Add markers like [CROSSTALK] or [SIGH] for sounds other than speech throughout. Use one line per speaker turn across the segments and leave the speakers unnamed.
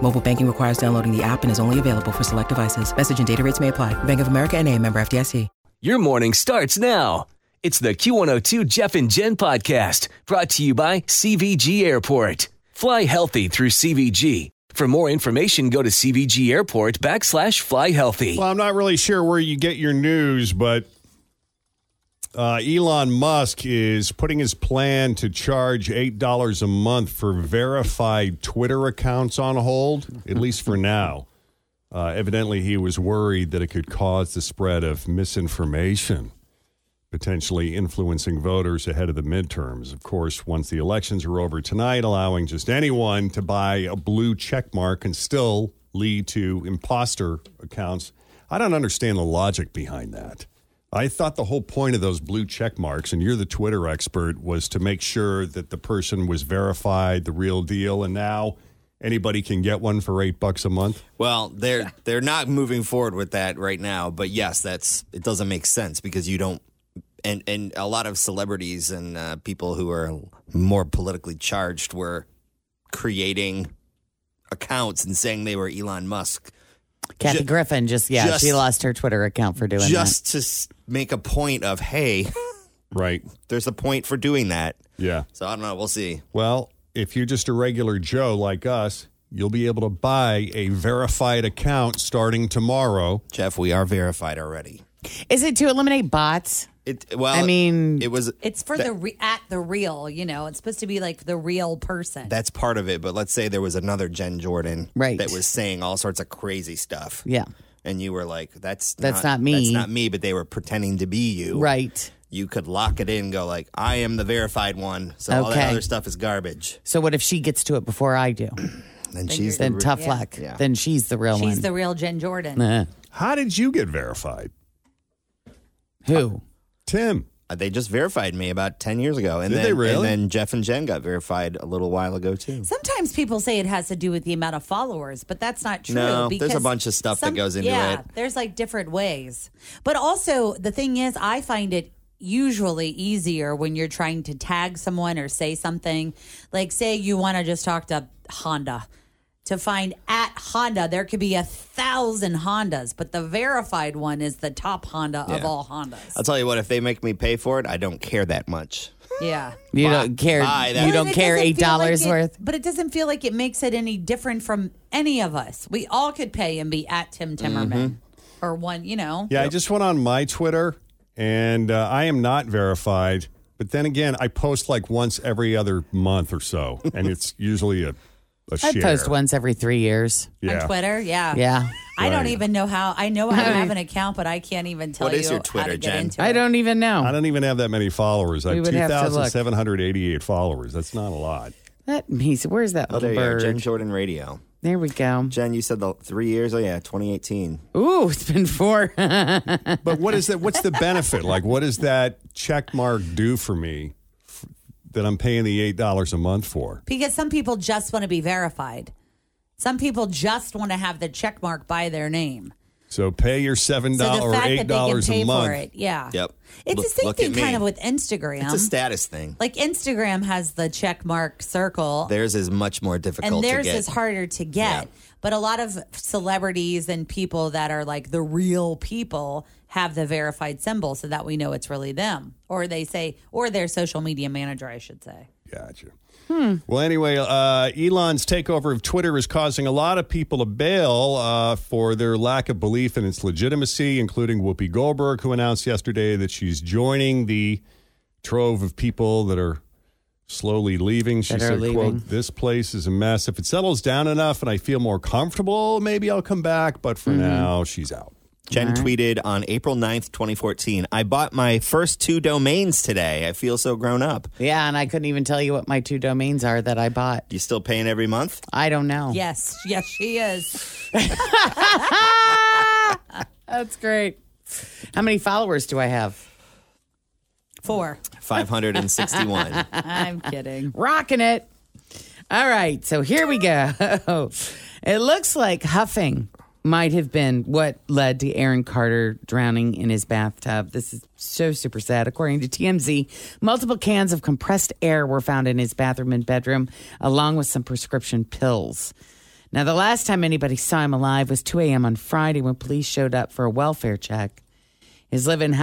Mobile banking requires downloading the app and is only available for select devices. Message and data rates may apply. Bank of America and a member FDIC.
Your morning starts now. It's the Q102 Jeff and Jen podcast brought to you by CVG Airport. Fly healthy through CVG. For more information, go to CVG Airport backslash fly healthy.
Well, I'm not really sure where you get your news, but uh, Elon Musk is putting his plan to charge $8 a month for verified Twitter accounts on hold, at least for now. Uh, evidently, he was worried that it could cause the spread of misinformation, potentially influencing voters ahead of the midterms. Of course, once the elections are over tonight, allowing just anyone to buy a blue check mark can still lead to imposter accounts. I don't understand the logic behind that. I thought the whole point of those blue check marks, and you're the Twitter expert, was to make sure that the person was verified, the real deal, and now anybody can get one for eight bucks a month.
Well, they're they're not moving forward with that right now, but yes, that's it doesn't make sense because you don't and and a lot of celebrities and uh, people who are more politically charged were creating accounts and saying they were Elon Musk
Kathy
Ju-
Griffin just yeah,
just-
she lost her Twitter account for doing
just to s- make a point of hey, [LAUGHS]
Right.
there's a point for doing that.
Yeah.
So I don't know, we'll see.
Well, if you're just a regular Joe like us, you'll be able to buy a verified account starting tomorrow.
Jeff, we are verified already.
that. Is it to eliminate bots?
It well
I mean-
Uh, it was
It's for the re- at the real, you know. It's supposed to be like the real person.
that's part of it, but let's say there was another Jen Jordan
Right.
that was saying all sorts of crazy stuff.
Yeah.
and you were like, "That's
That's not me.
That's not me." But they were pretending to be you.
Right.
You could lock it in. and Go like, "I am the verified one." So all
Okay.
that other stuff is garbage.
So what if she gets to it before
[CLEARS THROAT]
I do?
Then she's
Then
the,
tough luck.
Yeah.
Then she's the real
She's
one.
the real Jen Jordan.
Eh.
How did you get verified?
Who?
Tim.
uh, they just verified me about ten years ago, and
Did
then
they really?
and then Jeff and Jen got verified a little while ago too.
Sometimes people say it has to do with the amount of followers, but that's not true.
No, there's a
because
bunch of stuff that goes into
yeah,
it.
There's like different ways. But also, the thing is, I find it usually easier when you're trying to tag someone or say something. Like, say you want to just talk to Honda. To find at Honda, there could be a thousand Hondas, but the verified one is the top Honda of
Yeah.
all Hondas.
I'll tell you what, if they make me pay for it, I don't care that much.
yeah.
You
Buy-
don't care.
buy that.
You
But
don't
it
care
doesn't
eight
feel like
dollars
it-
worth.
But it doesn't feel like it makes it any different from any of us. We all could pay and be at Tim
Mm-hmm.
Timmerman or one, you know.
Yeah, I just went on my Twitter and uh, I am not verified. But then again, I post like once every other month or so, and it's usually a, a
I
share.
post once every three years.
Yeah.
On Twitter, yeah.
Yeah.
I don't
Right.
even know how. I know I have an account, but I can't even tell
What
you
is your
how
Twitter,
to get
Jen?
into
I
it.
don't even
I
know.
don't even have that many followers. I
We
have
would have to look.
2,788 followers. That's not a lot.
That piece. Where's that
Oh,
little
there you are,
bird?
Jen Jordan Radio.
There we go.
Jen, you said the three years. Oh yeah, 2018.
Ooh, it's been four. [LAUGHS]
But what is that? What's the benefit? Like, what does that check mark do for me f- that I'm paying the eight dollars a month for?
Because some people just want to be verified. Some people just want to have the check mark by their name.
So pay your seven
So
dollars
the
or
fact
eight
that they can
dollars
pay
a month.
for it, yeah.
Yep.
It's
Look-
the same
look at
thing
me.
kind of with Instagram.
It's a status thing.
like Instagram has the check mark circle.
Theirs is much more difficult.
and theirs
to get.
is harder to get.
Yeah.
But a lot of celebrities and people that are like the real people have the verified symbol so that we know it's really them. Or they say, or their social media manager, I should say.
Gotcha. Well, anyway, uh, Elon's takeover of Twitter is causing a lot of people to bail uh, for their lack of belief in its legitimacy, including Whoopi Goldberg, who announced yesterday that she's joining the trove of people that are slowly leaving. She
That are
said,
leaving.
quote, this place is a mess. If it settles down enough and I feel more comfortable, maybe I'll come back. But
Mm-hmm.
for now, she's out.
Jen tweeted on April 9th, 2014, I bought my first two domains today. I feel so grown up.
Yeah, and I couldn't even tell you what my two domains are that I bought.
You still paying every month?
I don't know.
Yes, [LAUGHS] yes, she is.
That's great. How many followers do I have?
Four. [LAUGHS]
561.
I'm kidding.
Rocking it. All right, so here we go. [LAUGHS] it looks like huffing might have been what led to Aaron Carter drowning in his bathtub. This is so super sad. According to TMZ, multiple cans of compressed air were found in his bathroom and bedroom, along with some prescription pills. Now, the last time anybody saw him alive was 2 a.m. on Friday when police showed up for a welfare check. His live-in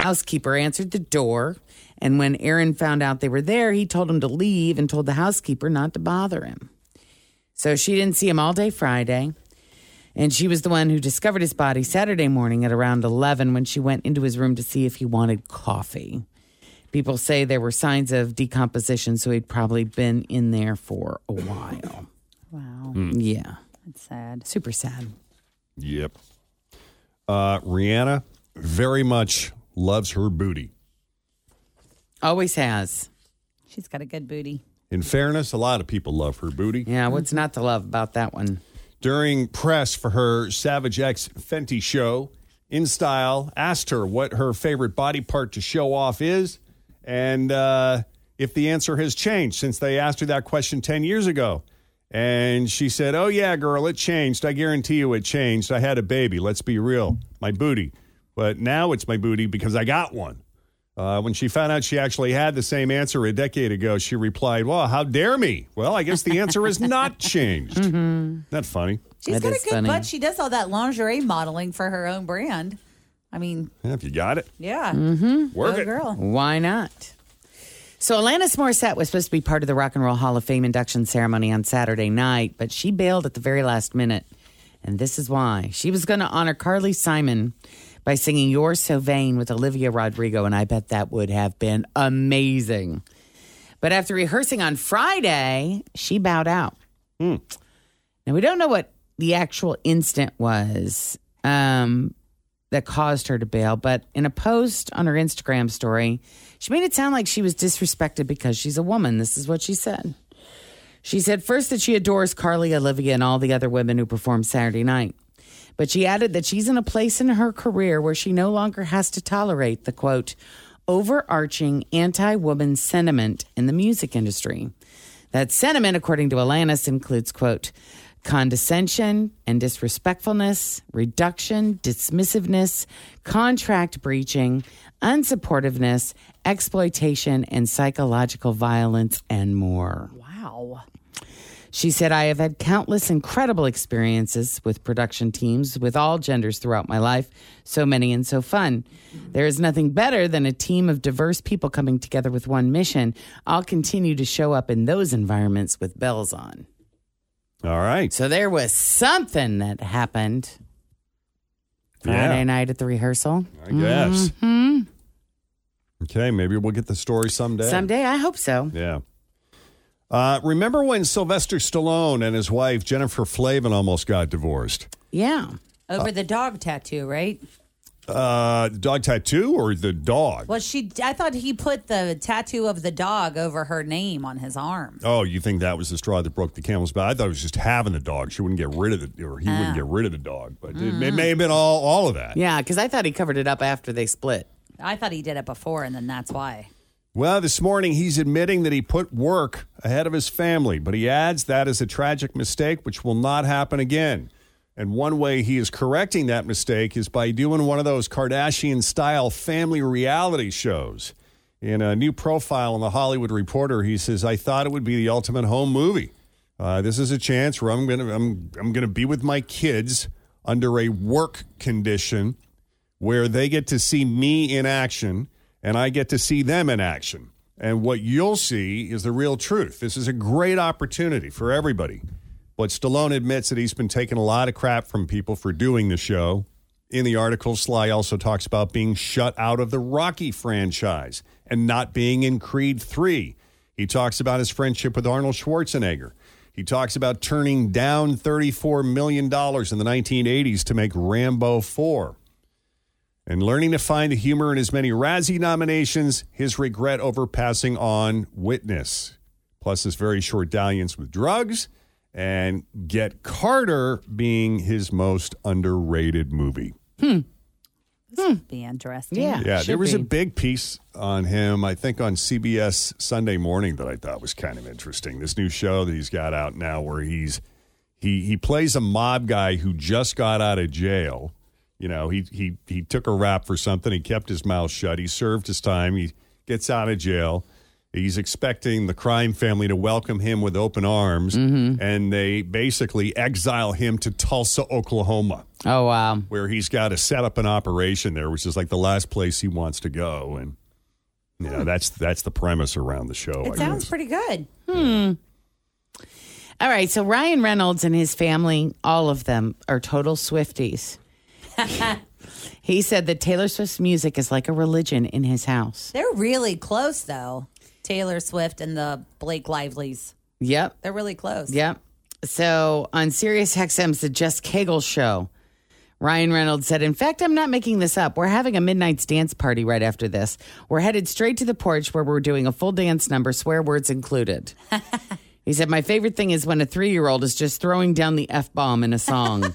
housekeeper answered the door and when aaron found out they were there he told him to leave and told the housekeeper not to bother him so she didn't see him all day friday and she was the one who discovered his body saturday morning at around 11 when she went into his room to see if he wanted coffee people say there were signs of decomposition so he'd probably been in there for a while
Wow,
yeah
that's sad.
super sad
Yep. Uh, Rihanna very much loves her booty.
always has
She's got a good booty.
In fairness, a lot of people love her booty.
yeah what's not to love about that one
During press for her Savage X Fenty show, In Style asked her what her favorite body part to show off is and uh, if the answer has changed since they asked her that question 10 years ago. And she said, Oh, yeah, girl, it changed. I guarantee you it changed. I had a baby. Let's be real. My booty. But now it's my booty because I got one. Uh, when she found out she actually had the same answer a decade ago, she replied, Well, how dare me? Well, I guess the answer has not changed. Not funny.
She's
That
got
is
a good
funny.
butt. She does all that lingerie modeling for her own brand. I mean,
Yeah, if you got it,
yeah,
Mm.
work
go
it.
girl.
Why not? So Alanis Morissette was supposed to be part of the Rock and Roll Hall of Fame induction ceremony on Saturday night, but she bailed at the very last minute. And this is why. She was going to honor Carly Simon by singing You're So Vain with Olivia Rodrigo, and I bet that would have been amazing. But after rehearsing on Friday, she bowed out. Now, we don't know what the actual instant was um, that caused her to bail, but in a post on her Instagram story, she made it sound like she was disrespected because she's a woman. This is what she said. She said first that she adores Carly, Olivia, and all the other women who performed Saturday night. But she added that she's in a place in her career where she no longer has to tolerate the quote, overarching anti woman sentiment in the music industry. That sentiment, according to Alanis, includes, quote, condescension and disrespectfulness, reduction, dismissiveness, contract breaching, unsupportiveness, exploitation, and psychological violence, and more.
Wow.
She said, I have had countless incredible experiences with production teams with all genders throughout my life, so many and so fun. There is nothing better than a team of diverse people coming together with one mission. I'll continue to show up in those environments with bells on.
All right.
So there was something that happened
Yeah.
Friday night at the rehearsal. Mm-hmm.
I guess. Okay, maybe we'll get the story someday.
Someday, I hope so.
Yeah. Uh, remember when Sylvester Stallone and his wife Jennifer Flavin almost got divorced?
Yeah.
Over the dog tattoo, right?
Uh, dog tattoo or the dog?
Well, she. I thought he put the tattoo of the dog over her name on his arm.
Oh, you think that was the straw that broke the camel's back? I thought it was just having the dog. She wouldn't get rid of the, or he wouldn't get rid of the dog. But it, it may have been all, all of that.
Yeah, because I thought he covered it up after they split.
I thought he did it before, and then that's why.
Well, this morning he's admitting that he put work ahead of his family, but he adds that is a tragic mistake which will not happen again. And one way he is correcting that mistake is by doing one of those Kardashian style family reality shows. In a new profile on the Hollywood Reporter, he says, I thought it would be the ultimate home movie. Uh, this is a chance where I'm going to I'm, I'm going to be with my kids under a work condition where they get to see me in action and I get to see them in action. And what you'll see is the real truth. This is a great opportunity for everybody. But Stallone admits that he's been taking a lot of crap from people for doing the show. In the article, Sly also talks about being shut out of the Rocky franchise and not being in Creed 3. He talks about his friendship with Arnold Schwarzenegger. He talks about turning down $34 million in the 1980s to make Rambo 4 and learning to find the humor in his many Razzie nominations, his regret over passing on Witness, plus his very short dalliance with drugs, and Get Carter being his most underrated movie.
Be interesting.
Hmm. Yeah.
Yeah, there
should
was a
be.
big piece on him, I think on CBS Sunday morning that I thought was kind of interesting. This new show that he's got out now where he's he he plays a mob guy who just got out of jail. You know, he he he took a rap for something, he kept his mouth shut, he served his time, he gets out of jail. He's expecting the crime family to welcome him with open arms,
Mm-hmm.
and they basically exile him to Tulsa, Oklahoma
Oh, wow.
where he's got to set up an operation there, which is like the last place he wants to go, and you know that's that's the premise around the show.
Hmm. It
I
sounds
guess.
pretty good.
All right. So Ryan Reynolds and his family, all of them, are total Swifties. he said that Taylor Swift's music is like a religion in his house.
They're really close, though. Taylor Swift and the Blake Lively's.
Yep.
They're really close.
Yep. So on Sirius XM's The Jess Cagle Show, Ryan Reynolds said, In fact, I'm not making this up. We're having a midnight's dance party right after this. We're headed straight to the porch where we're doing a full dance number, swear words included. he said, My favorite thing is when a three year old is just throwing down the F bomb in a song.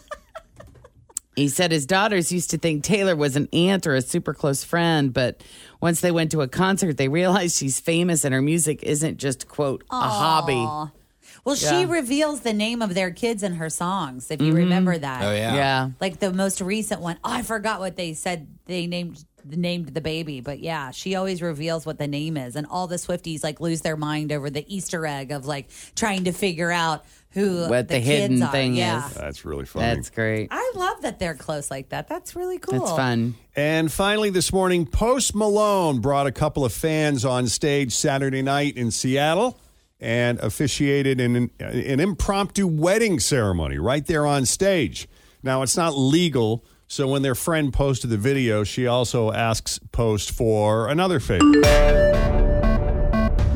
He said his daughters used to think Taylor was an aunt or a super close friend, but once they went to a concert, they realized she's famous and her music isn't just, quote, a hobby.
Well, she reveals the name of their kids in her songs, if you remember that.
Oh yeah.
Mm-hmm. yeah.
Like the most recent one. Oh, I forgot what they said. They named named the baby, but yeah, she always reveals what the name is, and all the Swifties like lose their mind over the Easter egg of like trying to figure out who
What the
kids
hidden
are.
thing
yeah.
is.
That's really funny.
That's great.
I love that they're close like that. That's really Ah, cool.
That's fun.
and finally, this morning, Post Malone brought a couple of fans on stage Saturday night in Seattle and officiated in an, an impromptu wedding ceremony right there on stage. Now it's not legal, so when their friend posted the video, she also asks Post for another favor.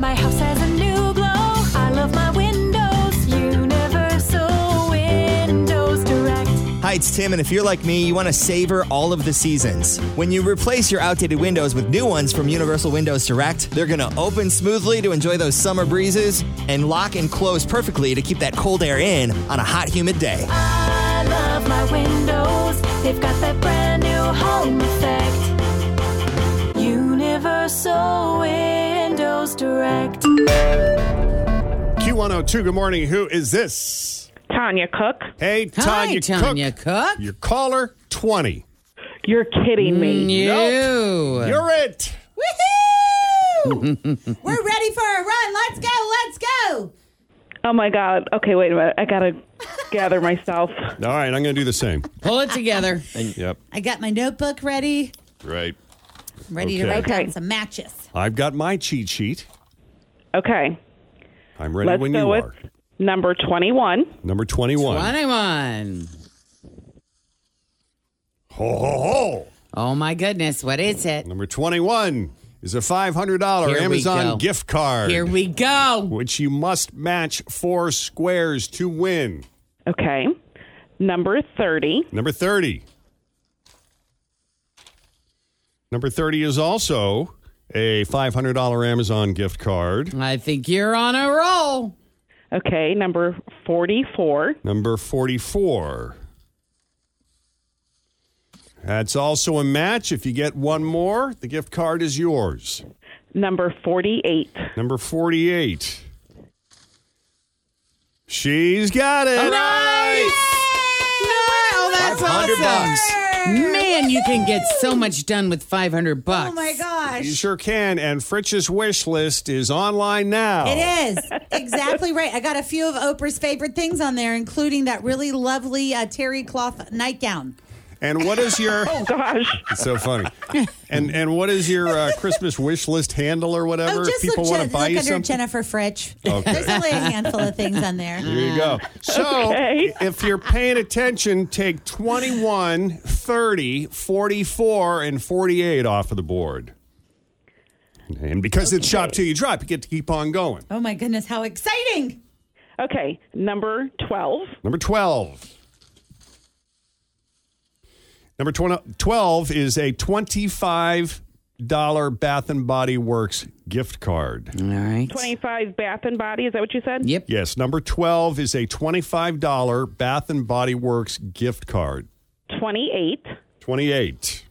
My house has a new glow. I love my windows. Universal Windows Direct.
Hi, it's Tim, and if you're like me, you want to savor all of the seasons. When you replace your outdated windows with new ones from Universal Windows Direct, they're going to open smoothly to enjoy those summer breezes and lock and close perfectly to keep that cold air in on a hot, humid day.
I love my windows. They've got that brand new home effect. Universal Windows Direct.
Q102, good morning. Who is this?
Tanya Cook,
Hey,
Hi,
Tanya,
Tanya
Cook.
Cook.
Your caller 20.
you're kidding
Mm,
me.
You.
You're it.
Woohoo! We're ready for a run. Let's go. Let's go.
Oh my God. Okay, wait a minute. I gotta gather myself.
All right, I'm going to do the same.
Pull it together.
yep,
I got my notebook ready.
right.
I'm ready to
Okay.
write down
Okay.
some matches.
I've got my cheat sheet.
Okay,
I'm ready
let's
when
go
you
with
are.
number twenty-one.
Number 21.
21.
Ho, ho, ho.
Oh my goodness. What is it?
Number 21 is a $500
Here we go.
Amazon gift card,
Here we go.
which you must match four squares to win.
Okay, number thirty.
Number 30. Number 30 is also a $500 Amazon gift card.
I think you're on a roll.
Okay, number forty-four.
Number 44. That's also a match. If you get one more, the gift card is yours.
Number 48.
Number 48. She's got it.
All Oh, that's
500
awesome. Man, you can get so much done with 500 bucks.
Oh, my gosh.
You sure can. And Fritch's wish list is online now.
It is exactly right. I got a few of Oprah's favorite things on there, including that really lovely uh, terry cloth nightgown.
And what is your?
Oh [LAUGHS] gosh,
it's so funny. And and what is your uh, Christmas wish list handle or whatever?
oh,
if
just
people
look,
want to
Jen-
buy
look
you
under
something.
Jennifer Fritch.
Okay.
There's only a handful of things
[LAUGHS]
on there.
There you go. So,
Okay.
if you're paying attention, take 21, 30, 44, and 48 off of the board. And because it's shop till you drop, you get to keep on going.
Oh my goodness, how exciting!
Okay, number 12.
Number 12. Number 20, 12 is a $25 Bath and Body Works gift card.
All right.
25 Bath and Body, is that what you said?
Yep.
Yes, number 12 is a $25 Bath and Body Works gift card.
28.
28.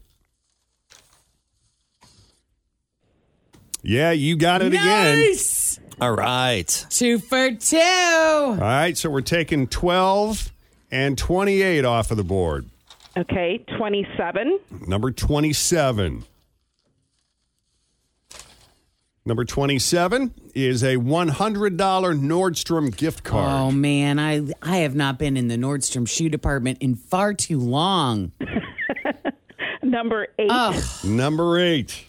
Yeah, you got it again.
Nice.
All right.
Two for two.
All right, so we're taking 12 and 28 off of the board.
Okay, 27.
Number 27. Number 27 is a $100 Nordstrom gift
Oh
card.
man, I I have not been in the Nordstrom shoe department in far too long.
Number 8.
Number 8.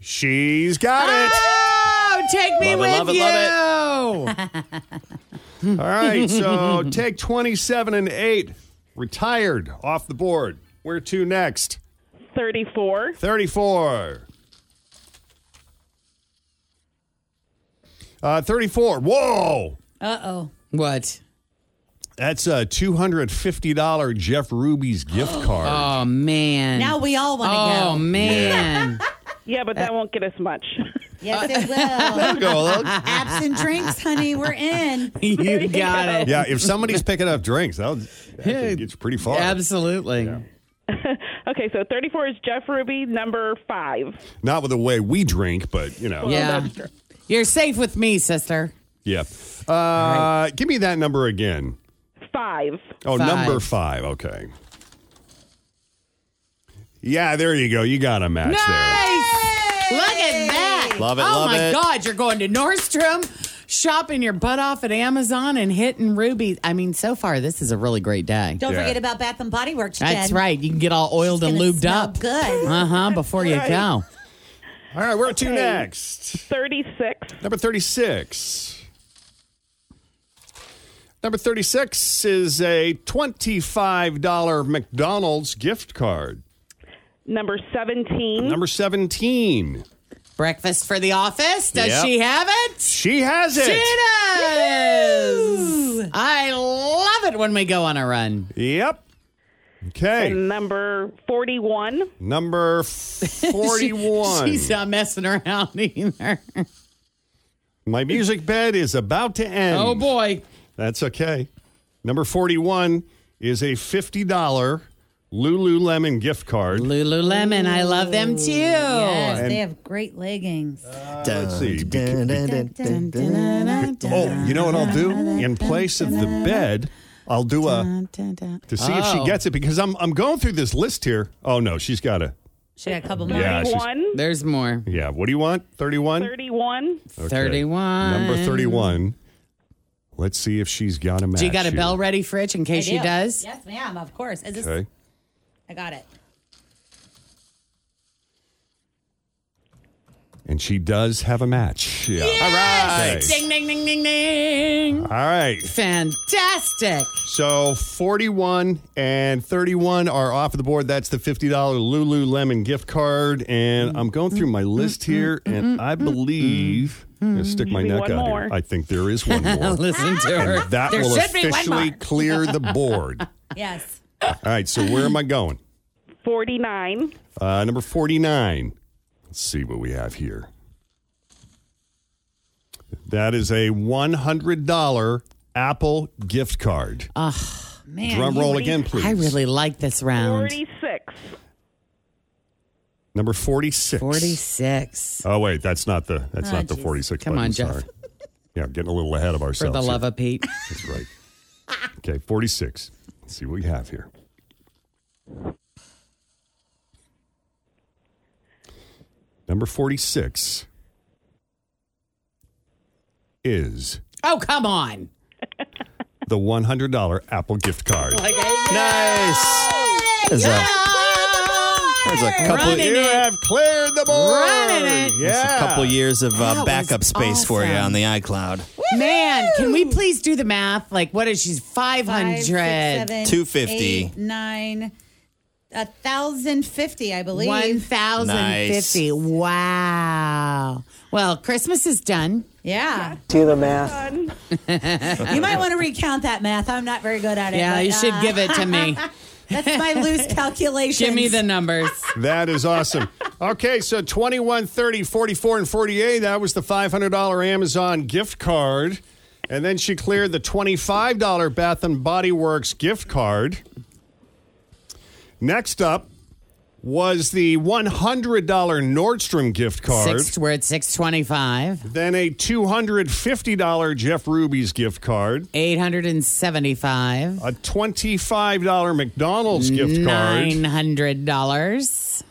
She's got it.
Oh, take me
Love it,
with
love it,
you.
All right, so take 27 and 8, retired off the board. Where to next?
34.
34. Uh, 34. Whoa!
Uh oh.
What?
That's a $250 Jeff Ruby's gift card.
Oh man.
Now we all want to
Oh
go.
man.
Yeah, but that won't get us much. [LAUGHS]
Yes, it will.
Go.
Apps and drinks, honey. We're in.
[LAUGHS] you got it.
yeah, if somebody's picking up drinks, that, would, that could get you pretty far.
Absolutely.
okay, so 34 is Jeff Ruby, number 5.
Not with the way we drink, but, you know.
Yeah. You're safe with me, sister.
Yeah. Uh, Give me that number again.
5.
Oh,
Five.
number five. Okay. Yeah, there you go. You got a match
Look at that.
Love it,
Oh
love
my
it.
God, you're going to Nordstrom, shopping your butt off at Amazon and hitting Ruby. I mean, so far, this is a really great day.
Don't
Yeah.
forget about Bath and Body Works. Jen.
That's right. You can get all oiled and
Gonna
lubed
smell
up.
Good.
Uh huh. Before you go.
there. All right, where to next?
36.
Number 36. Number 36 is a $25 McDonald's gift card.
Number
Hmm?
17.
Number 17.
Breakfast for the office. Does
Yep.
she have it?
She has it.
She does. I love it when we go on a run.
Yep. Okay.
and number 41.
[LAUGHS]
Number 41.
She's not messing around [LAUGHS] either.
My music bed is about to end.
Oh boy.
That's okay. Number 41 is a $50 Lululemon gift card.
Lululemon. I love them too.
Yes, they have great leggings.
Let's see.
Dun, dun, dun, dun, dun.
Oh, you know what I'll do? In place of the bed, I'll do a to see if she
Oh.
gets it because I'm I'm going through this list here. Oh no, she's got a
She got a couple more.
Yeah, she's-
31.
There's more.
Yeah, what do you want? 31?
31.
Okay.
31.
Number 31. Let's see if she's got a match.
Do you got a
here.
bell ready, Fritch, in
I
case she
do.
does?
Yes, ma'am. Of course. Is this,
Okay.
I got it.
And she does have a match. Yeah. All right.
Ding, ding, ding, ding, ding.
All right.
Fantastic.
So 41 and 31 are off of the board. That's the $50 Lululemon gift card.
Mm-hmm.
And I'm going through my list here, and I believe,
Mm-hmm.
I'm going to stick my
Maybe
neck
one
out here.
more.
I think there is one more.
Listen to her.
and that
[LAUGHS] there
will
should be one
officially
more.
clear the
[LAUGHS]
board.
Yes.
All right, so where am I going?
49.
Uh, number 49. Let's see what we have here. That is a $100 Apple gift card.
Man.
Drum roll again, please.
I really like this round.
46.
Number 46.
46.
Oh, wait, that's not the that's
Ah,
not the
jeez.
46.
Come
button,
on, Jeff.
Sorry. Yeah, getting a little ahead of
For
ourselves.
the love
here. [LAUGHS]
of Pete.
That's right. Okay, 46. Let's see what we have here. Number 46 is
Oh, come on.
the $100 Apple gift card.
Like,
nice. There's a, there's
a couple- Running
You
it.
have cleared the board.
That's
Yeah.
a couple years of
That
uh,
was
backup space for you
awesome.
on the iCloud.
Man, can we please do the math? Like, what is she's 500?
Seven, eight, nine, a thousand fifty, I believe.
1,050. Wow. Well, Christmas is done.
Yeah.
Do the math.
you might want to recount that math. I'm not very good at it.
Yeah,
but,
you should
uh,
give it to [LAUGHS] me.
that's my loose calculation.
Give me the numbers.
That is awesome. Okay, so 21, 30, 44, and 48. That was the $500 Amazon gift card. And then she cleared the $25 Bath and Body Works gift card. Next up was the $100 Nordstrom gift card.
Six, we're at 625.
Then a $250 Jeff Ruby's gift card.
875.
A $25 McDonald's gift card.
$900.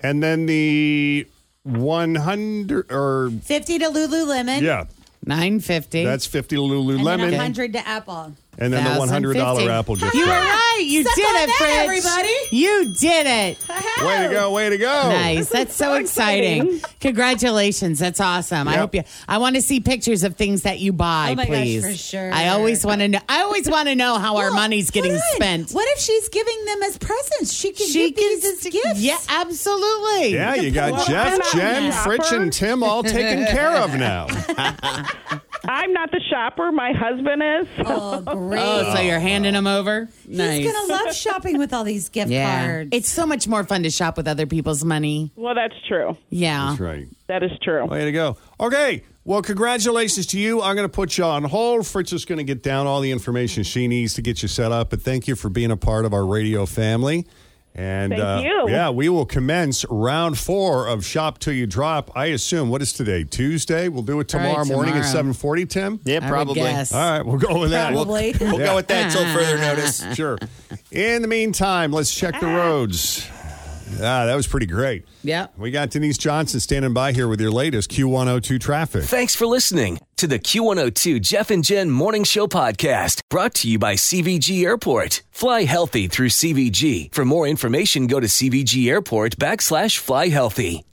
And then the 100 or
Fifty to Lululemon.
yeah,
950.
that's 50
And then a
Lululemon and,
hundred to Apple.
then the 100
$1,050.
dollar Apple gift
You were
card.
right. You
Suck
did
on
it,
that,
Fritz.
everybody.
You did it.
Way to go, way to go.
Oh.
Nice. That's
[LAUGHS]
so exciting. Congratulations. That's awesome. I
Yep.
hope you I want to see pictures of things that you buy,
Oh my gosh,
please.
for sure.
I always want to know I always want to know how our
Well,
money's getting
hold on.
spent.
What if she's giving them as presents? She can
She
give these as gifts.
Yeah, absolutely.
Yeah, you got Jeff, Jen, Fritch, and Tim all taken care of
[LAUGHS]
now.
Uh-huh.
I'm not the shopper. My husband is.
Oh, great.
Oh, so you're handing them over? Nice.
He's gonna love shopping with all these gift
yeah.
cards.
It's so much more fun to shop with other people's money.
[LAUGHS] Well, that's true.
Yeah.
That's right.
That is true.
Way to go. Okay. Well, congratulations to you. I'm going to put you on hold. Fritz is going to get down all the information she needs to get you set up. But thank you for being a part of our radio family. And
Thank
uh,
you.
yeah, we will commence round four of Shop Till You Drop. I assume what is today? Tuesday. We'll do it
All right,
tomorrow morning at
tomorrow.
7:40. Tim.
Yeah,
I would
probably.
guess.
All right, we'll go with that.
We'll,
Probably.
we'll
Yeah.
go with that till further notice.
Sure. In the meantime, let's check the roads. Ah, that was pretty great.
Yep.
We got Denise Johnson standing by here with your latest Q102 traffic.
Thanks for listening to the Q102 Jeff and Jen Morning Show podcast brought to you by CVG Airport. Fly healthy through CVG. For more information, go to CVG Airport backslash fly healthy.